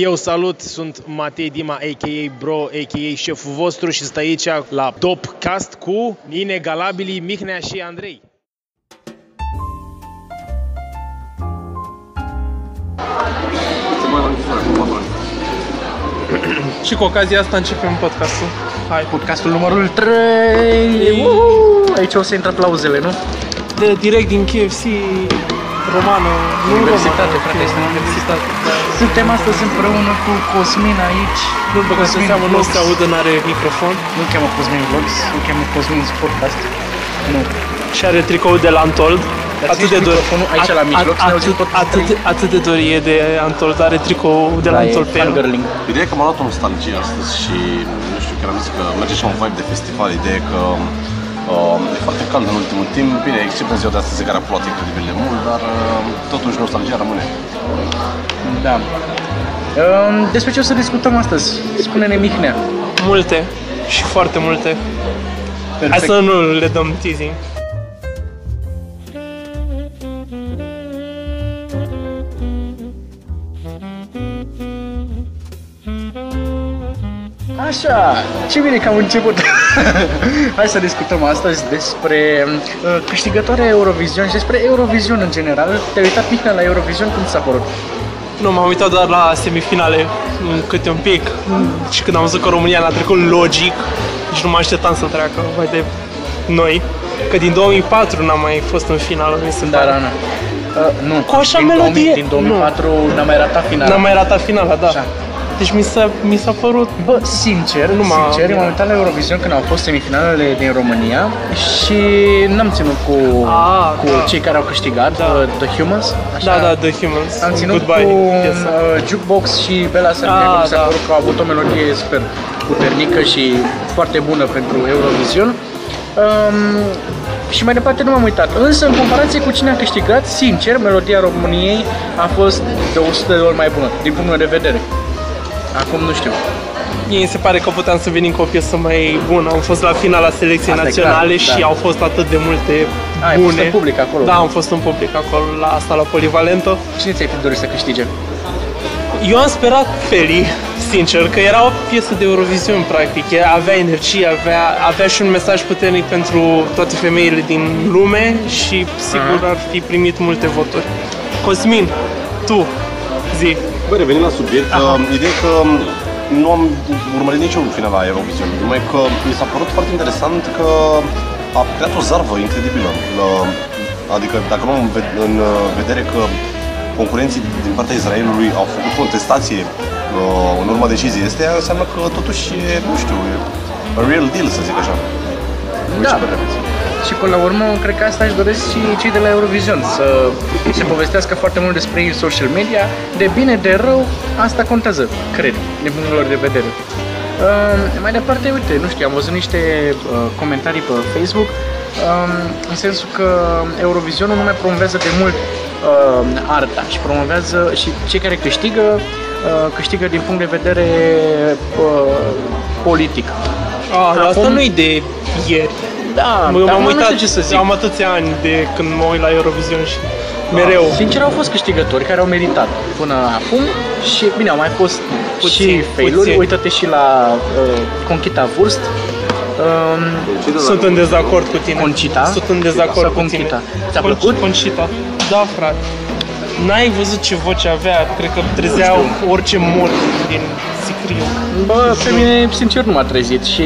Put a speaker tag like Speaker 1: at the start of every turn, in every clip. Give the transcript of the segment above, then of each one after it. Speaker 1: Eu salut, sunt Matei Dima, a.k.a. Bro, a.k.a. șeful vostru și stai aici la Topcast cu inegalabilii Mihnea și Andrei.
Speaker 2: Și cu ocazia asta începem podcastul. Hai.
Speaker 3: Podcastul numărul 3! Uhu! Aici o să intre aplauzele, nu?
Speaker 2: De direct din KFC romană, nu
Speaker 3: Universitate,
Speaker 2: romană,
Speaker 3: frate,
Speaker 2: că-
Speaker 3: este
Speaker 2: universitate. Da.
Speaker 3: Suntem astăzi împreună cu Cosmin aici.
Speaker 2: Nu-l băga să seamă, nu se audă, n-are microfon
Speaker 3: Nu cheamă Cosmin Vlogs, nu cheamă Cosmin Podcast. Nu.
Speaker 2: și are tricou de la Antold. Atât
Speaker 3: ține
Speaker 2: de
Speaker 3: și
Speaker 2: dor.
Speaker 3: microfonul aici la mijloc, să ne auzim
Speaker 2: atât,
Speaker 3: tot
Speaker 2: atât, atât de dor e de Antold, are tricou
Speaker 3: Da,
Speaker 2: de la Antold pe el.
Speaker 3: fangirling.
Speaker 4: Ideea e că m-a luat o nostalgie astăzi și nu știu, chiar am zis că merge și un vibe de festival. Ideea e că uh, e foarte cald în ultimul timp, bine, except în ziua de astăzi în care a plouat incredibil de mult, dar uh, totuși nostalgia rămâne.
Speaker 3: Da. Ehm, Despre ce o să discutăm astăzi? Spune-ne, Mihnea.
Speaker 2: Multe și foarte multe. Hai să nu le dăm teasing.
Speaker 3: Așa, ce bine că am început. Hai să discutăm astăzi despre uh, câștigătoarea Eurovision și despre Eurovision în general. Te-ai uitat, Mihnea, la Eurovision? Cum ți s-a părut?
Speaker 2: Nu, m-am uitat doar la semifinale, m, câte un pic. m, Și când am văzut că România n-a trecut logic, nici nu mă așteptam să treacă, mai de noi. Că din 2004 n-am mai fost în finală, mi se
Speaker 3: Da,
Speaker 2: pare.
Speaker 3: Rana. Uh, nu,
Speaker 2: Cu așa
Speaker 3: din, 2000,
Speaker 2: melodie,
Speaker 3: din 2004 n-am mai ratat finala.
Speaker 2: N-am mai ratat finala, da.
Speaker 3: Așa.
Speaker 2: Deci mi s-a, mi s-a părut...
Speaker 3: Bă, sincer,
Speaker 2: Nu
Speaker 3: nu
Speaker 2: m-a
Speaker 3: sincer,
Speaker 2: mirat.
Speaker 3: m-am uitat la Eurovision când au fost semifinalele din România și n-am ținut cu,
Speaker 2: Ah,
Speaker 3: cu
Speaker 2: da.
Speaker 3: cei care au câștigat,
Speaker 2: Da.
Speaker 3: uh, The Humans.
Speaker 2: Da, da, The Humans.
Speaker 3: Am ținut
Speaker 2: Goodbye,
Speaker 3: cu
Speaker 2: piesa.
Speaker 3: uh, Jukebox și Bella Serenia,
Speaker 2: Ah,
Speaker 3: ah, mi s-a
Speaker 2: da.
Speaker 3: părut că au avut o melodie super puternică și foarte bună pentru Eurovision. Um, și mai departe nu m-am uitat. Însă, în comparație cu cine a câștigat, sincer, melodia României a fost de 100 de ori mai bună, din punctul meu de vedere. Acum nu știu.
Speaker 2: Mie mi se pare că puteam să venim cu o piesă mai bună. Am fost la finala selecției
Speaker 3: Asta e
Speaker 2: naționale
Speaker 3: clar,
Speaker 2: și
Speaker 3: da.
Speaker 2: au fost atât de multe
Speaker 3: Ai
Speaker 2: bune.
Speaker 3: fost în public acolo.
Speaker 2: Da, am fost în public acolo, la asta, la Polivalentă.
Speaker 3: Cine ți-ai fi dorit să câștige?
Speaker 2: Eu am sperat Feli, sincer, că era o piesă de Eurovision, practic. Ea avea energie, avea, avea și un mesaj puternic pentru toate femeile din lume și sigur ar fi primit multe voturi. Cosmin, tu, zi.
Speaker 4: Băi, revenind la subiect, uh, ideea e că nu am urmărit niciun final la Eurovision, numai că mi s-a părut foarte interesant că a creat o zarvă incredibilă. La- Adică dacă nu am în ve- în uh, vedere că concurenții din partea Israelului au făcut contestație uh, în urma deciziei astea, înseamnă că totuși e, nu știu, e a real deal, să zic așa.
Speaker 3: Da.
Speaker 4: Uite, repede.
Speaker 3: Și până la urmă, cred că asta își doresc și cei de la Eurovision, să se povestească foarte mult despre ei în social media. De bine, de rău, asta contează, cred, din punctul lor de vedere. Um, mai departe, uite, nu știu, am văzut niște uh, comentarii pe Facebook, um, în sensul că Eurovisionul nu mai promovează de mult uh, arta și promovează și cei care câștigă, uh, câștigă din punct de vedere uh, politic.
Speaker 2: A, dar Ah, asta
Speaker 3: Acum-
Speaker 2: nu e de ieri.
Speaker 3: Da,
Speaker 2: Eu
Speaker 3: dar
Speaker 2: m-am
Speaker 3: mă, nu
Speaker 2: uitat,
Speaker 3: știu ce să zic. Ah,
Speaker 2: am atâția ani de când mă uit la Eurovision și mereu.
Speaker 3: Sincer, au fost câștigători care au meritat până acum și, bine, au mai fost
Speaker 2: Puțin,
Speaker 3: și failuri.
Speaker 2: puțin.
Speaker 3: Uită-te și la uh, Conchita Wurst. Um,
Speaker 2: Sunt în dezacord cu tine.
Speaker 3: Concita?
Speaker 2: Sunt în dezacord
Speaker 3: Sau
Speaker 2: cu tine.
Speaker 3: Conchita? Ți-a
Speaker 2: Con-
Speaker 3: plăcut?
Speaker 2: Concita. Da, frate. N-ai văzut ce voce avea, cred că trezea
Speaker 3: Nu știu.
Speaker 2: orice mort din sicriu.
Speaker 3: bă, pe mine, sincer, nu m-a trezit și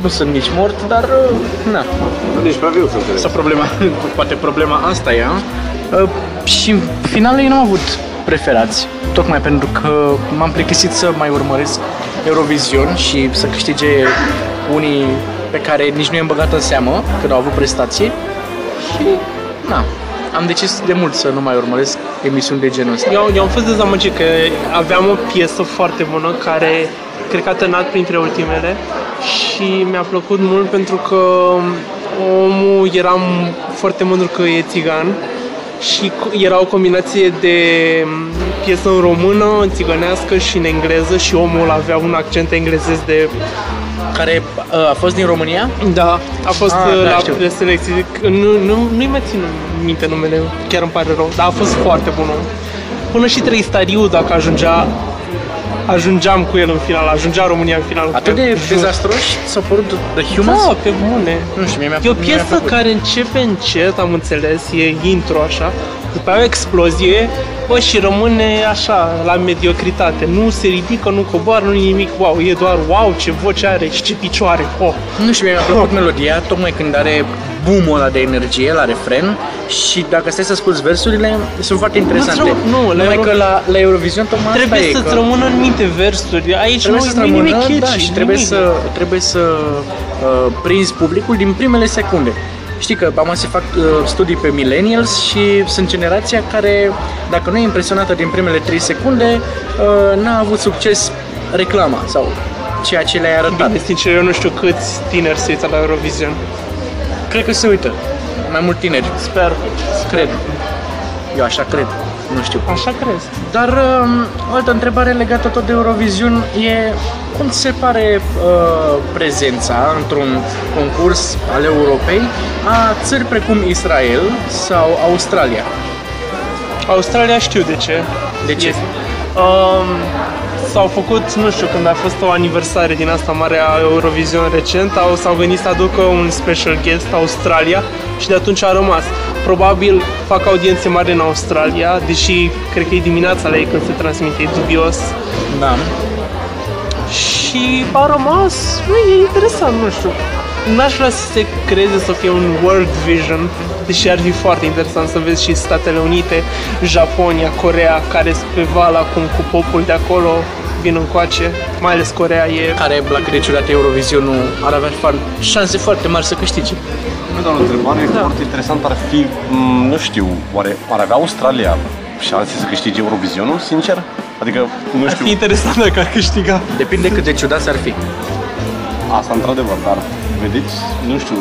Speaker 3: nu sunt nici mort, dar, uh, na,
Speaker 4: Nici prea viu să înțeleg.
Speaker 3: asta problema, poate problema asta e, a? Uh, și în final ei nu au avut preferați, tocmai pentru că m-am plictisit să mai urmăresc Eurovision și să câștige unii pe care nici nu i-am băgat în seamă când au avut prestații și, na, am decis de mult să nu mai urmăresc emisiuni de genul ăsta.
Speaker 2: Eu, eu am fost dezamăgit că aveam o piesă foarte bună care cred că a tănat printre ultimele și mi-a plăcut mult pentru că omul era m- foarte mândru că e țigan și cu- era o combinație de m, piesă în română, în țigănească și în engleză și omul avea un accent englezesc de...
Speaker 3: Care uh, a fost din România?
Speaker 2: Da, a fost
Speaker 3: Ah,
Speaker 2: ah,
Speaker 3: da,
Speaker 2: la
Speaker 3: știu.
Speaker 2: preselecție, nu, nu, nu-i mai țin minte numele, chiar îmi pare rău, dar a fost foarte bun om. până și trei stariu dacă ajungea ajungeam cu el în final, ajungea România în final. cu
Speaker 3: Atât
Speaker 2: el.
Speaker 3: de dezastroși s-au părut The Humans?
Speaker 2: Da, pe bune.
Speaker 3: Nu știu, mie mi-a
Speaker 2: E o
Speaker 3: mi-a
Speaker 2: piesă
Speaker 3: plăcut.
Speaker 2: care începe încet, am înțeles, e intro așa, după aia o explozie, bă, și rămâne așa, la mediocritate. Nu se ridică, nu coboară, nu nimic, wow, e doar wow, ce voce are și ce picioare, oh.
Speaker 3: Nu știu, mie mi-a plăcut melodia, tocmai când are boom-ul ăla de energie la refren și dacă stai să asculti versurile, sunt foarte interesante.
Speaker 2: rămân- nu, la
Speaker 3: Numai
Speaker 2: Euro-
Speaker 3: că la, la Eurovision tocmai
Speaker 2: Trebuie
Speaker 3: asta e,
Speaker 2: să-ți
Speaker 3: că
Speaker 2: rămână în minte versuri, aici
Speaker 3: Trebuie
Speaker 2: nu
Speaker 3: să
Speaker 2: e nimic
Speaker 3: rămână,
Speaker 2: catchy,
Speaker 3: da, și trebuie
Speaker 2: nimic.
Speaker 3: să, trebuie să uh, prinzi publicul din primele secunde. Știi că acum se fac uh, studii pe millennials și sunt generația care, dacă nu e impresionată din primele 3 secunde, uh, n-a avut succes reclama sau ceea ce le-ai arătat.
Speaker 2: Bine, sincer, eu nu știu câți tineri se uită la Eurovision.
Speaker 3: Cred că se uită mai mult tineri.
Speaker 2: Sper.
Speaker 3: Cred. Eu așa cred. Nu știu.
Speaker 2: Așa crezi.
Speaker 3: Dar um, o altă întrebare legată tot de Eurovision e cum ți se pare uh, prezența într-un concurs al Europei a țări precum Israel sau Australia?
Speaker 2: Australia știu de ce.
Speaker 3: De ce?
Speaker 2: Este- Um, s-au făcut, nu știu, când a fost o aniversare din asta mare a Eurovision recent, au, s-au gândit să aducă un special guest Australia și de atunci a rămas. Probabil fac audiențe mari în Australia, deși cred că e dimineața la ei când se transmite, e dubios.
Speaker 3: Da.
Speaker 2: Și a rămas, nu, e interesant, nu știu. N-aș vrea să se creeze să fie un World Vision, deși ar fi foarte interesant să vezi și Statele Unite, Japonia, Corea, care sunt pe val acum cu popul de acolo, vin încoace, mai ales Corea e...
Speaker 3: Care, la cât de ciudat e Eurovisionul, ar avea far- șanse foarte mari să câștige.
Speaker 4: Nu doar o întrebare
Speaker 2: Da.
Speaker 4: foarte interesantă ar fi, m, nu știu, oare ar avea Australia șanse să câștige Eurovisionul, sincer? Adică, nu
Speaker 2: Ar fi
Speaker 4: știu,
Speaker 2: interesant dacă ar câștiga.
Speaker 3: Depinde cât de ciudat ar fi.
Speaker 4: asta într-adevăr, dar vedeți, nu știu,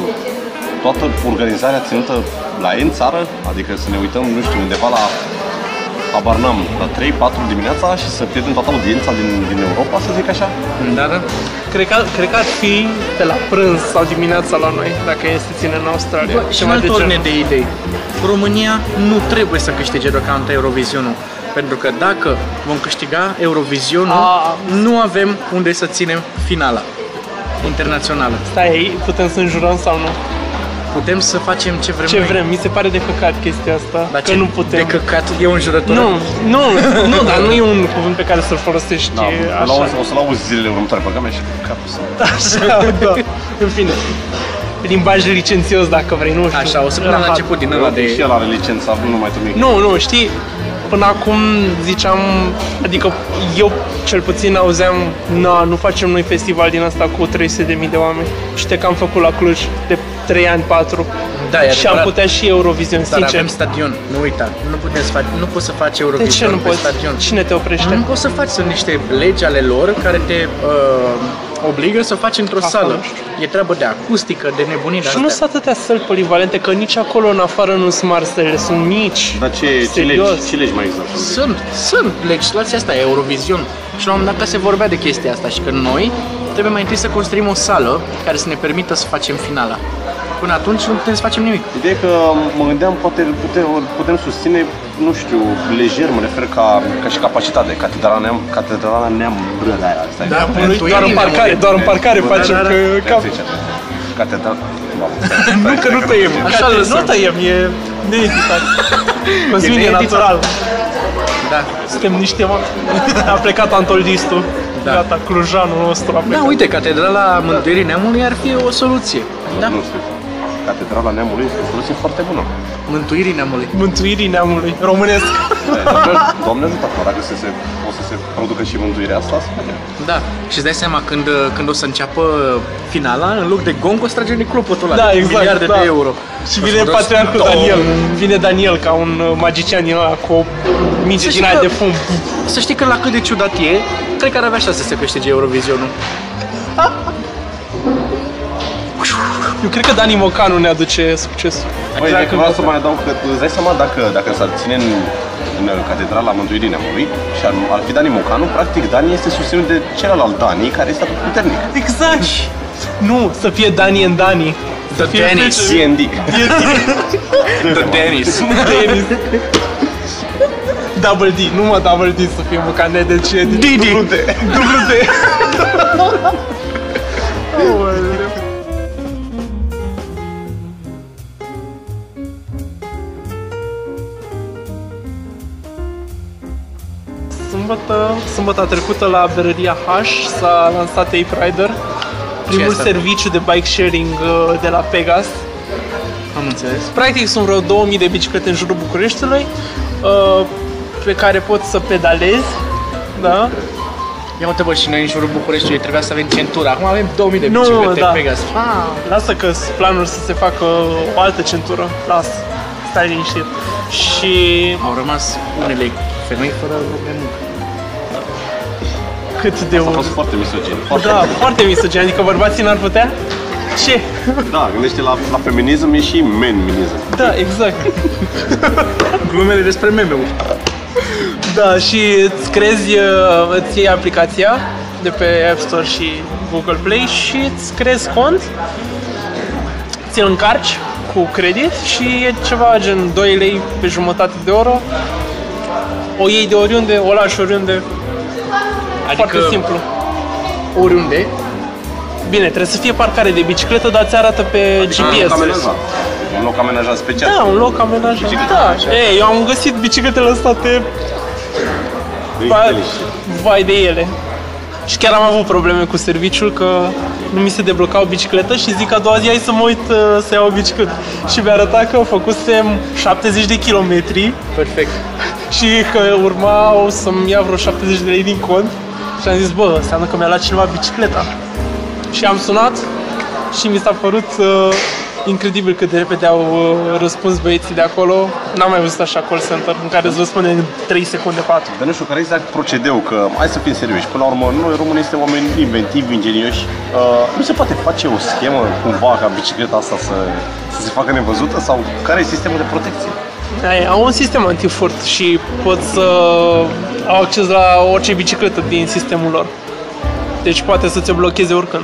Speaker 4: toată organizarea ținută la ei în țară, adică să ne uităm, nu știu, undeva la habar n-am, la 3-4 dimineața și să pierdem toată audiența din, din Europa, să zic așa?
Speaker 3: Da, da.
Speaker 2: Cred că, cred că ar fi pe la prânz sau dimineața la noi, dacă e să ține în Australia.
Speaker 3: Bă, și un
Speaker 2: Ceva de
Speaker 3: alt
Speaker 2: genul.
Speaker 3: ordine de idei. România nu trebuie să câștige deocamdată Eurovisionul. Pentru că dacă vom câștiga Eurovisionul,
Speaker 2: A.
Speaker 3: nu avem unde să ținem finala internațională.
Speaker 2: Stai, putem să înjurăm sau nu?
Speaker 3: Putem să facem ce vrem.
Speaker 2: Ce
Speaker 3: noi.
Speaker 2: vrem? Mi se pare de căcat chestia asta,
Speaker 3: Dar
Speaker 2: că
Speaker 3: ce
Speaker 2: nu putem.
Speaker 3: De căcat e un jurător.
Speaker 2: Nu, nu, nu, dar nu e un cuvânt pe care să-l folosești
Speaker 4: Da,
Speaker 2: așa.
Speaker 4: la, o, să-l auzi zilele următoare, băgăm și capul să...
Speaker 2: Așa, da. În fine. Limbaj licențios, dacă vrei, nu știu.
Speaker 3: Așa, o să punem la
Speaker 2: Rahat.
Speaker 3: început din ăla
Speaker 4: Și
Speaker 3: de...
Speaker 4: el are licența, nu mai tămic.
Speaker 2: Nu, nu, știi, până acum ziceam, adică eu cel puțin auzeam, na, nu facem noi festival din asta cu 300.000 de oameni. Și te că am făcut la Cluj de 3 ani, 4.
Speaker 3: Da, e
Speaker 2: și am
Speaker 3: adevărat.
Speaker 2: putea și Eurovision,
Speaker 3: Dar
Speaker 2: sincer.
Speaker 3: avem stadion, nu uita. Nu, putem să faci, nu poți să faci
Speaker 2: De
Speaker 3: Eurovision
Speaker 2: ce nu
Speaker 3: pe
Speaker 2: poți?
Speaker 3: stadion. Mm?
Speaker 2: Cine te oprește?
Speaker 3: Nu poți să faci, sunt niște legi ale lor care te uh, obligă să faci într-o
Speaker 2: Acolo.
Speaker 3: sală. E treabă de acustică, de nebunii de
Speaker 2: Și nu
Speaker 3: astea.
Speaker 2: sunt atâtea săli polivalente, că nici acolo în afară nu sunt mari sălile, sunt mici.
Speaker 4: Dar ce, ce,
Speaker 2: Serios.
Speaker 4: legi, ce legi mai exact?
Speaker 3: Sunt, sunt legislația asta, Eurovision. Și la un moment dat se vorbea de chestia asta și că noi trebuie mai întâi să construim o sală care să ne permită să facem finala. Până atunci nu putem să facem nimic.
Speaker 2: Da,
Speaker 4: Ideea e că mă gândeam, poate putem, putem susține, nu știu, lejer, mă refer ca, ca și capacitate, catedrala neam, catedrala neam, bră, la aia, stai.
Speaker 3: Da,
Speaker 4: Bă,
Speaker 3: bă,
Speaker 4: bă,
Speaker 3: tu
Speaker 2: doar
Speaker 3: ești
Speaker 2: în
Speaker 3: bine,
Speaker 2: parcare,
Speaker 3: mă,
Speaker 2: doar în
Speaker 4: bine.
Speaker 2: parcare
Speaker 4: Bă,
Speaker 2: facem
Speaker 3: da, da,
Speaker 2: că
Speaker 4: stai,
Speaker 2: cap.
Speaker 4: stai, stai, Catedrala, mamă, stai, stai,
Speaker 2: Nu că
Speaker 4: stai,
Speaker 2: nu
Speaker 4: că-
Speaker 2: tăiem,
Speaker 3: Așa
Speaker 2: gata,
Speaker 3: lăsăm.
Speaker 2: nu tăiem, e needitat. Cosmin e
Speaker 3: needitat.
Speaker 2: natural.
Speaker 3: Da.
Speaker 2: Suntem niște oameni. A plecat Antoldistu.
Speaker 3: Da.
Speaker 2: Gata, clujanul nostru a
Speaker 3: Da,
Speaker 2: plecat.
Speaker 3: uite, Catedrala Mântuirii Neamului ar fi o soluție. Da?
Speaker 4: Nu știu. Catedrala neamului este o soluție foarte bună.
Speaker 3: Mântuirii Neamului.
Speaker 2: Mântuirii neamului Da. românesc.
Speaker 4: Doamne ajută acum, dacă se, se, o să se producă și mântuirea asta, să vedem.
Speaker 3: Da. Și îți dai seama când, uh, când o să înceapă finala, în loc de gong o să trage neclopotul ăla
Speaker 2: Da,
Speaker 3: de
Speaker 2: exact,
Speaker 3: miliarde
Speaker 2: da.
Speaker 3: de euro.
Speaker 2: Și vine patriarhul Daniel. Vine Daniel ca un uh, magician din ăla cu o minge
Speaker 3: Să
Speaker 2: din
Speaker 3: știi
Speaker 2: aia
Speaker 3: că-
Speaker 2: de fum.
Speaker 3: Să știi că la cât de ciudat e, cred că ar avea șanse să câștige Eurovisionul.
Speaker 2: Eu cred că Dani Mocanu ne aduce succesul.
Speaker 4: Băi,
Speaker 2: Exact
Speaker 4: Păi, dacă
Speaker 2: când
Speaker 4: vreau să mai adaug că îți dai seama dacă, dacă s-ar ține în, în Catedrala Mântuirii Neamului și ar, ar fi Dani Mocanu, practic Dani este susținut de celălalt Dani care este atât puternic.
Speaker 2: Exact! Nu, să fie Dani and Dani. Să
Speaker 3: The Dennis.
Speaker 2: fie-
Speaker 4: C&D.
Speaker 2: fie-
Speaker 4: The
Speaker 3: Dennis.
Speaker 2: Dennis. Double D, nu mă Double D să fie mucane, deci e din
Speaker 4: Didi.
Speaker 2: dublu de- dublu de- Aoleu. Sâmbătă, sâmbătă trecută la berăria H s-a lansat Ape Rider, primul
Speaker 3: asta?
Speaker 2: serviciu de bike sharing uh, de la Pegas.
Speaker 3: Am înțeles.
Speaker 2: Practic sunt vreo 2000 de biciclete în jurul Bucureștiului uh, pe care poți să pedalezi. Da?
Speaker 3: Ia uite bă, și noi în jurul Bucureștiului trebuia să avem centura. Acum avem 2000 de
Speaker 2: Nu,
Speaker 3: biciclete
Speaker 2: da.
Speaker 3: Pegas. Ah.
Speaker 2: Lasă că sunt planuri să se facă o altă centură. Las. Stai liniștit. Și
Speaker 3: Au rămas unele femei fără loc de muncă.
Speaker 2: cât de
Speaker 4: A
Speaker 2: un...
Speaker 4: fost foarte misogin. Foarte
Speaker 2: Da, foarte misogin. Adică bărbații n-ar putea? Ce?
Speaker 4: Da, gândește la, la feminism e și menminism.
Speaker 2: Da, exact.
Speaker 3: Glumele despre meme-uri.
Speaker 2: Da, și îți crezi, uh, îți iei aplicația de pe App Store și Google Play și îți crezi cont, ți-l încarci cu credit și e ceva gen 2 lei pe jumătate de oră, o iei de oriunde, o lași oriunde, adică... foarte simplu.
Speaker 3: Oriunde.
Speaker 2: Bine, trebuie să fie parcare de bicicletă, dar ți arată pe
Speaker 4: Adică Un loc
Speaker 2: GPS.
Speaker 4: amenajat. Un loc amenajat special.
Speaker 2: Da, un loc amenajat.
Speaker 4: Biciclete
Speaker 2: Da,
Speaker 4: amenajate.
Speaker 2: Ei, eu am găsit bicicletele astea pe
Speaker 4: E
Speaker 2: Ba-
Speaker 4: delici.
Speaker 2: Vai de ele. Și chiar am avut probleme cu serviciul că nu mi se debloca o bicicletă și zic a doua zi hai să mă uit uh, să iau o bicicletă. Și mi-a arătat că făcusem 70 de kilometri
Speaker 3: Perfect.
Speaker 2: și că urmau să-mi ia vreo 70 de lei din cont. Și am zis, bă, înseamnă că mi-a luat cineva bicicleta. Și am sunat și mi s-a părut uh, incredibil cât de repede au uh, răspuns băieții de acolo. N-am mai văzut așa call center în care îți răspunde în 3 secunde, 4.
Speaker 4: Dar nu știu care e exact procedeu, că hai să fim serioși. Până la urmă, noi românii suntem oameni inventivi, ingenioși. Uh, nu se poate face o schemă cumva ca bicicleta asta să, să se facă nevăzută? Sau care e sistemul de protecție?
Speaker 2: Ai, au un sistem antifurt și pot să au acces la orice bicicletă din sistemul lor. Deci poate să ți-o blocheze oricând.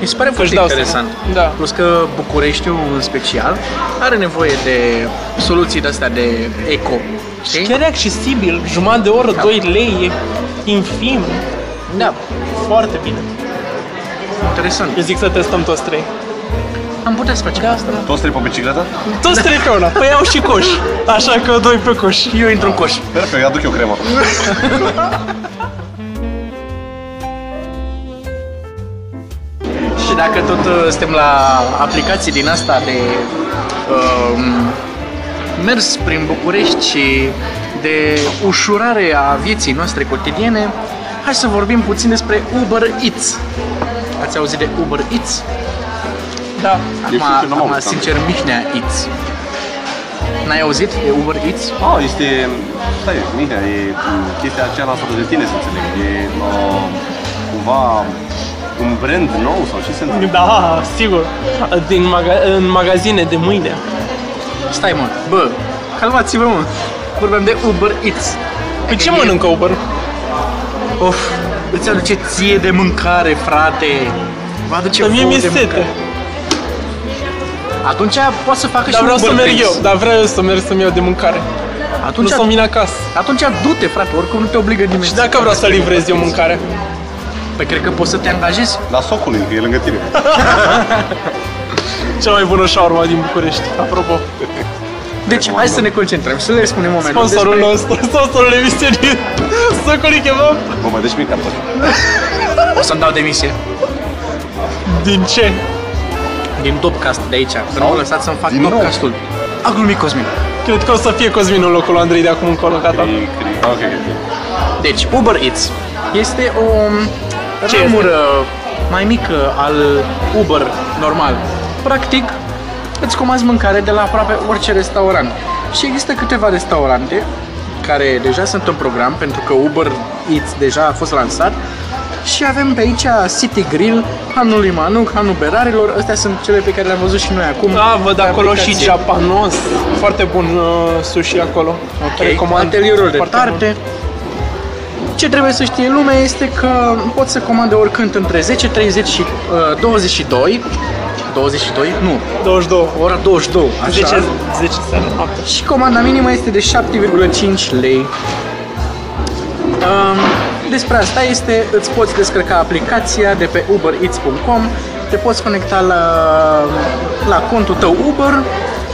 Speaker 3: Mi se pare foarte
Speaker 2: dau
Speaker 3: interesant.
Speaker 2: seama. Da.
Speaker 3: Plus că Bucureștiul în special are nevoie de soluții de-astea de eco. Știi?
Speaker 2: Chiar e accesibil, jumătate de oră, 2 lei, e infim,
Speaker 3: Da,
Speaker 2: foarte bine.
Speaker 3: interesant.
Speaker 2: Eu zic să testăm toți trei.
Speaker 3: Am putea să facem asta.
Speaker 4: Toți trei pe bicicletă?
Speaker 2: Toți trei pe una, păi iau și coș, așa că doi pe coș.
Speaker 3: Eu intru în coș.
Speaker 4: Perfect, aduc eu crema.
Speaker 3: Și dacă tot uh, suntem la aplicații din asta de um, mers prin București și de ușurare a vieții noastre cotidiene, hai să vorbim puțin despre Uber Eats. Ați auzit de Uber Eats?
Speaker 2: Da,
Speaker 4: știu că
Speaker 3: Acum,
Speaker 4: n-am
Speaker 3: acum
Speaker 4: auzit,
Speaker 3: sincer, Mihnea Eats. N-ai auzit de Uber Eats?
Speaker 4: Ah, este... Stai, Mihnea, e m, chestia aceea lansată de tine, să înțeleg. E uh, cumva un brand nou sau ce se întâmplă?
Speaker 2: da, sigur. Din maga- în magazine de mâine.
Speaker 3: Stai mă, bă, calmați-vă mă. Vorbeam de Uber Eats.
Speaker 2: Păi ce mănâncă Uber?
Speaker 3: Of, îți aduce ție de mâncare, frate. Vă aduce
Speaker 2: Că mie mi-e
Speaker 3: vouă de
Speaker 2: sete.
Speaker 3: mâncare. Atunci poate să facă
Speaker 2: Dar
Speaker 3: și
Speaker 2: vreau să
Speaker 3: Uber
Speaker 2: merg
Speaker 3: Eats.
Speaker 2: eu, dar vreau eu să merg să-mi iau de mâncare. Nu
Speaker 3: Atunci,
Speaker 2: să vin acasă.
Speaker 3: atunci du-te, frate, oricum nu te obligă nimeni.
Speaker 2: Și dacă vreau să livrez eu mâncare?
Speaker 3: Păi cred că poți să te angajezi.
Speaker 4: La socul că e lângă tine.
Speaker 2: Cea mai bună șaurma din București, apropo.
Speaker 3: Deci hai să ne concentrăm, să le spunem oamenilor
Speaker 2: Sponsorul
Speaker 3: despre...
Speaker 2: nostru, sponsorul emisiunii Socoli Kebab.
Speaker 4: Mă mai deci mie cartofi.
Speaker 3: O să-mi dau demisie.
Speaker 2: Din ce?
Speaker 3: Din Topcast de aici, să nu mă lăsați să-mi fac
Speaker 4: Din nou?
Speaker 3: Topcastul. A glumit Cosmin.
Speaker 2: Cred că o să fie Cosmin în locul lui Andrei de acum încolo, gata.
Speaker 4: E- cred- Ok, ok.
Speaker 3: Deci, Uber Eats este o um,
Speaker 2: Ce
Speaker 3: ramură mai mică al Uber normal. Practic, îți comanzi mâncare de la aproape orice restaurant. Și există câteva restaurante care deja sunt în program, pentru că Uber Eats deja a fost lansat. Și avem pe aici City Grill, Hanul Limanuc, Hanul Berarilor, astea sunt cele pe care le-am văzut și noi acum.
Speaker 2: Da, văd
Speaker 3: pe
Speaker 2: acolo și
Speaker 3: aplicație.
Speaker 2: japanos. Foarte bun uh, sushi acolo.
Speaker 3: Ok, Atelierul de
Speaker 2: Foarte
Speaker 3: tarte. Ce trebuie să știe lumea este că poți să comande oricând între 10, 30 și uh, 22 22? Nu.
Speaker 2: 22.
Speaker 3: Ora 22. Așa.
Speaker 2: 10, 10 seara, noapte.
Speaker 3: Și comanda minimă este de 7,5 lei. Um, despre asta este, îți poți descărca aplicația de pe ubereats.com, te poți conecta la, la contul tău Uber,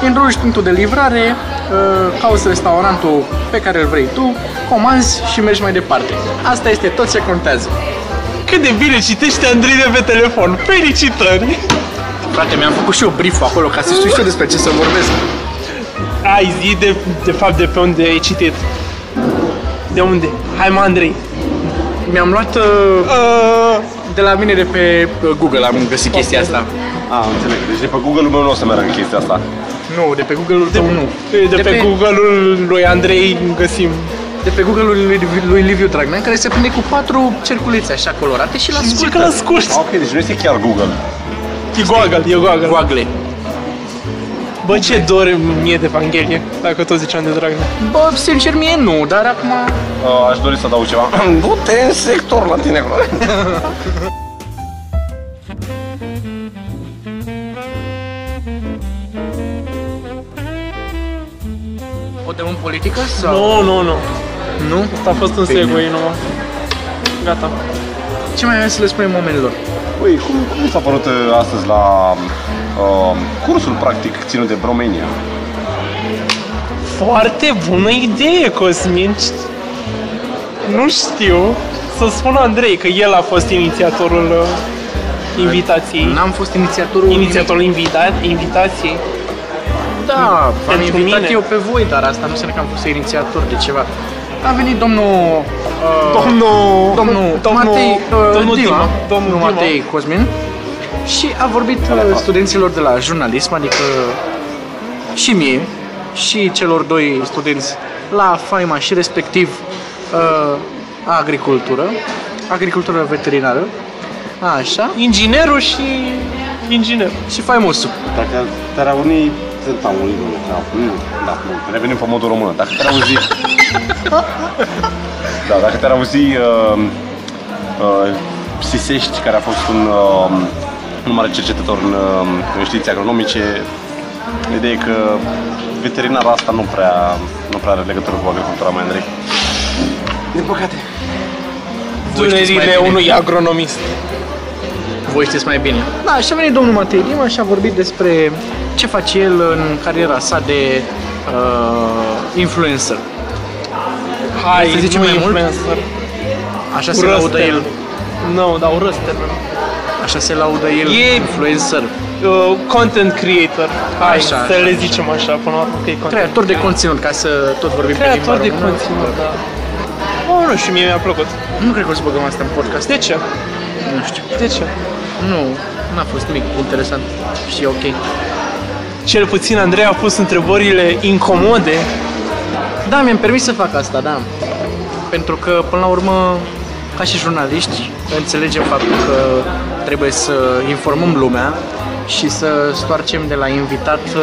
Speaker 3: înrogi punctul de livrare, uh, cauți restaurantul pe care îl vrei tu, comanzi și mergi mai departe. Asta este tot ce contează.
Speaker 2: Cât de bine citește Andrei de pe telefon. Felicitări!
Speaker 3: Frate, mi-am făcut și eu brief acolo ca să știu și eu despre ce să vorbesc.
Speaker 2: Ai zi de, de fapt de pe unde ai citit. De unde? Hai mă, Andrei.
Speaker 3: Mi-am luat uh,
Speaker 2: Uh,
Speaker 3: de la mine de pe uh, Google, am găsit chestia asta.
Speaker 4: A, înțeleg. Deci de pe Google-ul meu nu o să meargă în chestia asta.
Speaker 3: Nu, de pe Google-ul tău nu.
Speaker 2: de, de pe, pe Google-ul lui Andrei găsim.
Speaker 3: de pe Google-ul lui, lui Liviu Dragnea, care se prinde cu patru cerculețe așa colorate și la
Speaker 2: Zice că l-a
Speaker 3: ascultă.
Speaker 2: scurs.
Speaker 4: A, ok, deci nu este chiar Google.
Speaker 2: E Google, e Google.
Speaker 3: Goagle.
Speaker 2: Bă, ce dor mie de Evanghelie, dacă tot ziceam de Dragnea.
Speaker 3: Bă, sincer mie nu, dar acum...
Speaker 4: Uh, aș dori să adaug ceva. Du-te în sector la tine acolo.
Speaker 3: O dăm în politică sau...
Speaker 2: Nu, nu, nu.
Speaker 3: Nu?
Speaker 2: Asta a fost un
Speaker 3: Bine.
Speaker 2: segway numai. Gata.
Speaker 3: Ce mai avem să le spunem oamenilor?
Speaker 4: Ui, cum, cum mi s-a părut uh, astăzi la uh, cursul practic ținut de România?
Speaker 2: Foarte bună idee, Cosmin. Nu știu să spun Andrei că el a fost inițiatorul uh, invitației.
Speaker 3: N-am fost inițiatorul...
Speaker 2: Inițiatorul invita- invitației.
Speaker 3: Da, v-am
Speaker 2: Pentru
Speaker 3: invitat
Speaker 2: mine.
Speaker 3: eu pe voi, dar asta nu înseamnă că am fost inițiator de ceva. A venit domnul... uh,
Speaker 2: Domnul...
Speaker 3: domnul, Matei, uh,
Speaker 2: domnul
Speaker 3: Dima,
Speaker 2: Dima.
Speaker 3: domnul
Speaker 2: Dima.
Speaker 3: Matei Cosmin și a vorbit uh, studenților de la jurnalism, adică și mie și celor doi studenți la faima și respectiv uh, agricultură, agricultură veterinară, așa,
Speaker 2: Inginerul și... Inginer.
Speaker 3: și faimosul.
Speaker 4: Dacă te reuni, sunt am unii nu, da, nu, revenim pe modul român. Dacă te auzi... da, dacă te auzi uh, uh, Sisești, care a fost un, uh, un mare cercetător în, uh, în științe agronomice, ideea e că veterinara asta nu prea, nu prea are legătură cu agricultura mai Andrei. Din păcate.
Speaker 3: Voi știți mai
Speaker 2: Durerile
Speaker 3: bine.
Speaker 2: unui agronomist.
Speaker 3: Voi știți mai bine. Da, și a venit domnul Matei Dima și a vorbit despre ce face el în cariera sa de uh, influencer.
Speaker 2: Hai,
Speaker 3: Să zicem
Speaker 2: nu
Speaker 3: mai mult?
Speaker 2: influencer.
Speaker 3: Așa se
Speaker 2: Urăsc
Speaker 3: laudă el.
Speaker 2: termenul. Nu, dar urăsc termenul.
Speaker 3: Așa se laudă el,
Speaker 2: E-
Speaker 3: influencer,
Speaker 2: Uh, content creator. Hai,
Speaker 3: Așa,
Speaker 2: să le zicem așa, până la urmă că e content.
Speaker 3: creator de conținut, ca să tot vorbim
Speaker 2: Creator
Speaker 3: pe
Speaker 2: de
Speaker 3: limba română.
Speaker 2: conținut, da. Oh, nu știu, mie mi-a plăcut.
Speaker 3: Nu cred că o să băgăm asta în podcast.
Speaker 2: De ce?
Speaker 3: Nu știu.
Speaker 2: De ce?
Speaker 3: Nu, n-a fost nimic interesant și e ok.
Speaker 2: Cel puțin Andrei a pus întrebările incomode.
Speaker 3: Da, mi-am permis să fac asta, da. Pentru că, până la urmă, ca și jurnaliști, înțelegem faptul că trebuie să informăm lumea și să stoarcem de la invitat uh,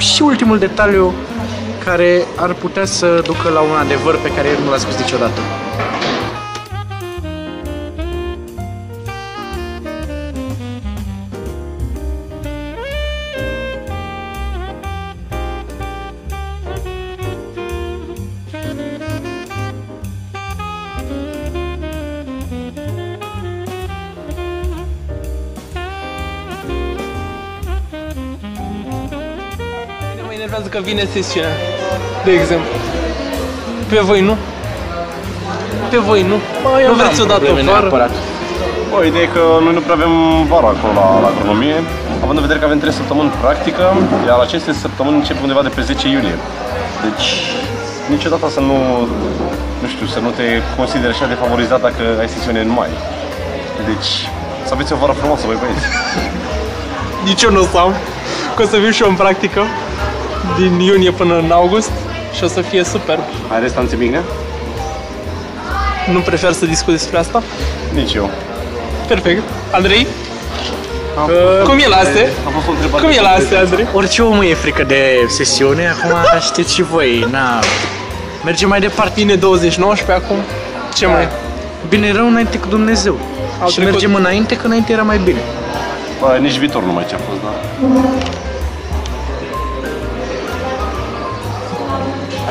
Speaker 3: și ultimul detaliu care ar putea să ducă la un adevăr pe care el nu l-a spus niciodată.
Speaker 2: Bine, mă enervează că vine sesiunea, de exemplu. Pe voi nu? Pe voi nu? nu vreți o dată vară?
Speaker 4: O idee e că noi nu prea avem vara acolo la, la agronomie, având în vedere că avem 3 săptămâni practică, iar aceste săptămâni încep undeva de pe 10 iulie. Deci, niciodată să nu, nu știu, să nu te consideri așa defavorizat dacă ai sesiune în mai. Deci, să aveți o vară frumoasă, băi băieți.
Speaker 2: Nici eu nu o să am. Că o să viu și eu în practică din iunie până în august și o să fie superb.
Speaker 4: Ai restanțe bine?
Speaker 2: Nu prefer să discut despre asta.
Speaker 4: Nici eu.
Speaker 2: Perfect. Andrei,
Speaker 4: Am
Speaker 2: cum Uh, e la astea?
Speaker 4: A fost o întrebare.
Speaker 2: Cum e la astea,
Speaker 4: despre-
Speaker 2: Andrei?
Speaker 3: Orice om e frică de sesiune, acum știți și voi, na. Mergem mai departe.
Speaker 2: Vine 20-19 acum. Ce mai?
Speaker 3: Bine rău înainte cu Dumnezeu.
Speaker 2: Au
Speaker 3: și
Speaker 2: trecut-
Speaker 3: mergem înainte, că înainte era mai bine.
Speaker 4: Bă, nici viitorul nu mai ce a fost, da.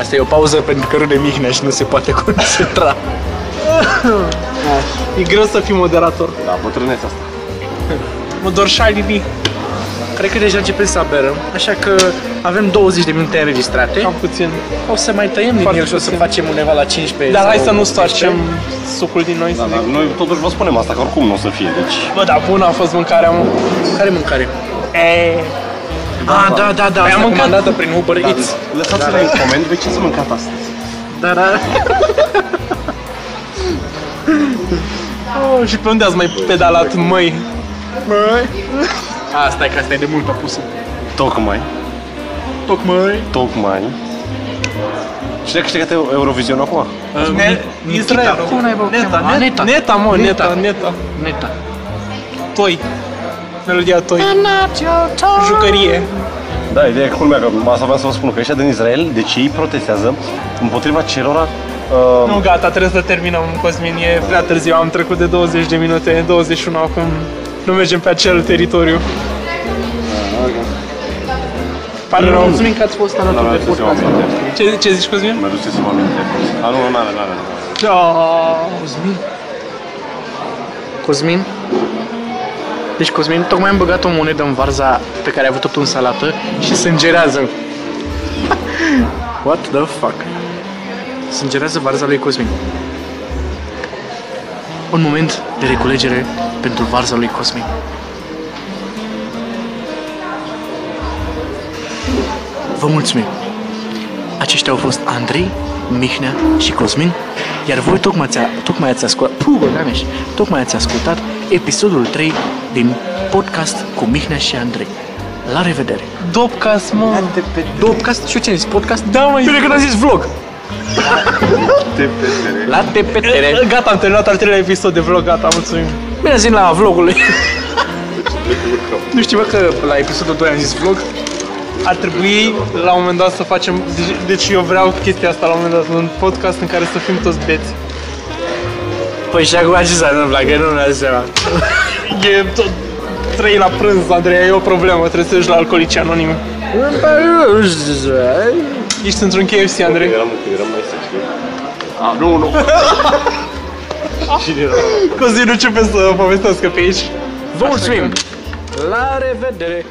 Speaker 3: Asta e o pauză pentru că râde Mihnea și nu se poate concentra.
Speaker 2: E greu să fii moderator.
Speaker 4: Da, bătrânețe asta.
Speaker 2: Mă dor șalini.
Speaker 3: Cred că deja începem să aberăm, așa că avem 20 de minute înregistrate.
Speaker 2: Cam puțin.
Speaker 3: O să mai tăiem din
Speaker 2: Foarte
Speaker 3: el și o să
Speaker 2: puțin.
Speaker 3: facem undeva la 15
Speaker 2: Dar hai
Speaker 3: sau
Speaker 2: să nu
Speaker 3: 18.
Speaker 2: stoarcem sucul din noi.
Speaker 4: Da,
Speaker 2: să
Speaker 4: dar
Speaker 2: ne-
Speaker 4: noi totuși vă spunem asta, că oricum nu o să fie, deci...
Speaker 2: Bă, dar bună a fost mâncarea, mă.
Speaker 3: Care mâncare?
Speaker 2: E,
Speaker 3: Eh. Ah, da, da, da, asta
Speaker 2: mâncat-
Speaker 3: comandată prin Uber Eats.
Speaker 4: Lăsați-ne în coment de ce ați mâncat astăzi.
Speaker 3: Dar a-
Speaker 2: oh, și pe unde ați mai pedalat, măi?
Speaker 3: a, stai că asta e de mult apusă.
Speaker 4: Tocmai,
Speaker 3: Tocmai.
Speaker 4: tocmai. Cine a câștigat Eu- Eurovision acum?
Speaker 2: Ne- Israel.
Speaker 3: Cum n-ai băut
Speaker 2: Neta,
Speaker 3: cheamă? A, Neta.
Speaker 2: neta, neta, mă,
Speaker 3: Neta.
Speaker 2: neta, neta.
Speaker 3: Neta.
Speaker 2: Toi. Melodia Toi. Jucărie.
Speaker 4: Da, ideea e culmea că asta vreau să vă spun că ăștia din Israel, deci ei protestează împotriva celora uh,
Speaker 2: Nu, gata, trebuie să terminăm, Cosmin, e prea târziu, am trecut de 20 de minute, 21 acum. Nu mergem pe acel teritoriu. Pare rău.
Speaker 3: Mulțumim că ați fost alături de
Speaker 4: să
Speaker 3: podcast.
Speaker 4: aminte.
Speaker 2: Ce, ce zici, Cosmin?
Speaker 4: Mă duc să mă aminte. A, nu, nu, nu, nu, nu.
Speaker 2: Oh.
Speaker 3: Cosmin. Cosmin? Deci Cosmin tocmai am băgat o monedă în varza pe care a avut-o tu în salată și sângerează. What the fuck? Sângerează varza lui Cosmin. Un moment de reculegere pentru varza lui Cosmin. Vă mulțumim! Aceștia au fost Andrei, Mihnea și Cosmin, iar voi tocmai, ați- tocmai ați ascultat, puh, băganeș, tocmai ați ascultat episodul 3 din podcast cu Mihnea și Andrei. La revedere!
Speaker 2: Dopcas, mă.
Speaker 3: Dopcast? Și eu ce am zis? Podcast?
Speaker 2: Da, mă,
Speaker 3: Bine că n-am zis vlog!
Speaker 4: Te petere.
Speaker 3: La TPTR!
Speaker 2: Gata, am terminat al treilea episod de vlog, gata, mulțumim.
Speaker 3: Bine zis la vlogul lui! Nu știu, bă, că la episodul 2 am zis vlog?
Speaker 2: Ar trebui la un moment dat să facem, deci, deci eu vreau chestia asta la un moment dat, un podcast în care să fim toți beți.
Speaker 3: Păi și acum ce s-a întâmplat? Că nu mi-am dat seama.
Speaker 2: E tot 3 la prânz, Andrei, e o problemă, trebuie să duci la alcoolici anonimi. Păi,
Speaker 3: Nu știu ce să-
Speaker 2: Ești într-un KFC, Andrei.
Speaker 4: Eram, eram mai sexy. A, nu, nu. Cine era?
Speaker 2: Cosmin începe să povestească pe aici.
Speaker 3: Vă mulțumim! La revedere!